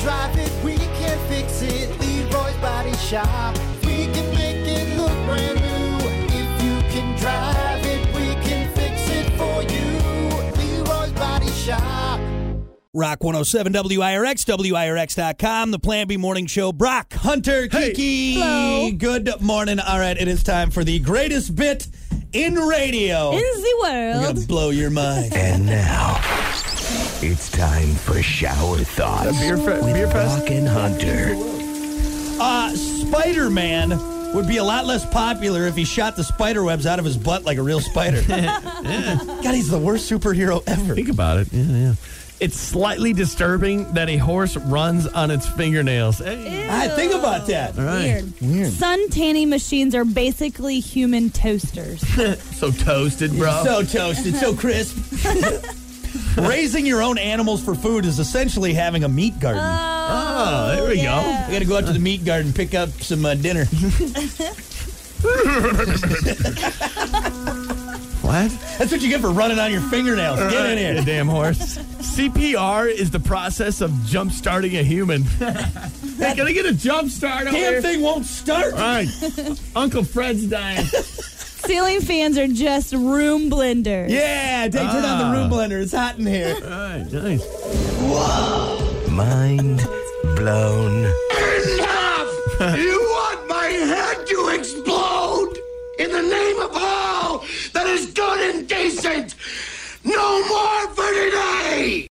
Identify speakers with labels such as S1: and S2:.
S1: drive it, we can fix it. Leroy's Body Shop. We can make it look brand new. If you can drive it, we can fix it for you. Leroy's Body Shop.
S2: Rock 107 WIRX, WIRX.com, the Plan B Morning Show. Brock, Hunter, Kiki. Good morning. All right, it is time for the greatest bit in radio.
S3: In the
S2: We're going
S3: world.
S2: to blow your mind.
S4: And now it's time for shower thoughts.
S5: Beer fe-
S4: with
S5: beer fest?
S4: Brock and Hunter.
S2: uh, Spider Man would be a lot less popular if he shot the spider webs out of his butt like a real spider. God, he's the worst superhero ever.
S5: Think about it. Yeah, yeah. It's slightly disturbing that a horse runs on its fingernails. Hey.
S2: I think about that.
S3: Weird.
S2: Weird.
S3: Sun tanning machines are basically human toasters.
S5: So toasted,
S3: Oh.
S5: bro.
S2: So toasted, so crisp. Raising your own animals for food is essentially having a meat garden.
S5: oh, there we
S3: yeah.
S2: I gotta go out to the meat garden pick up some uh, dinner.
S5: go. What?
S2: That's what you get for running on your fingernails. Get in
S5: The
S2: here.
S5: Uh, damn horse. CPR is the process of jump starting a human. hey, can I get a jump start over
S2: Damn
S5: here?
S2: thing won't start.
S5: All right. Uncle Fred's dying.
S3: Ceiling fans are just room blenders.
S2: Yeah, take, turn on the room
S5: Ah.
S2: blender. It's hot in here.
S5: All right, nice.
S4: Mind blown.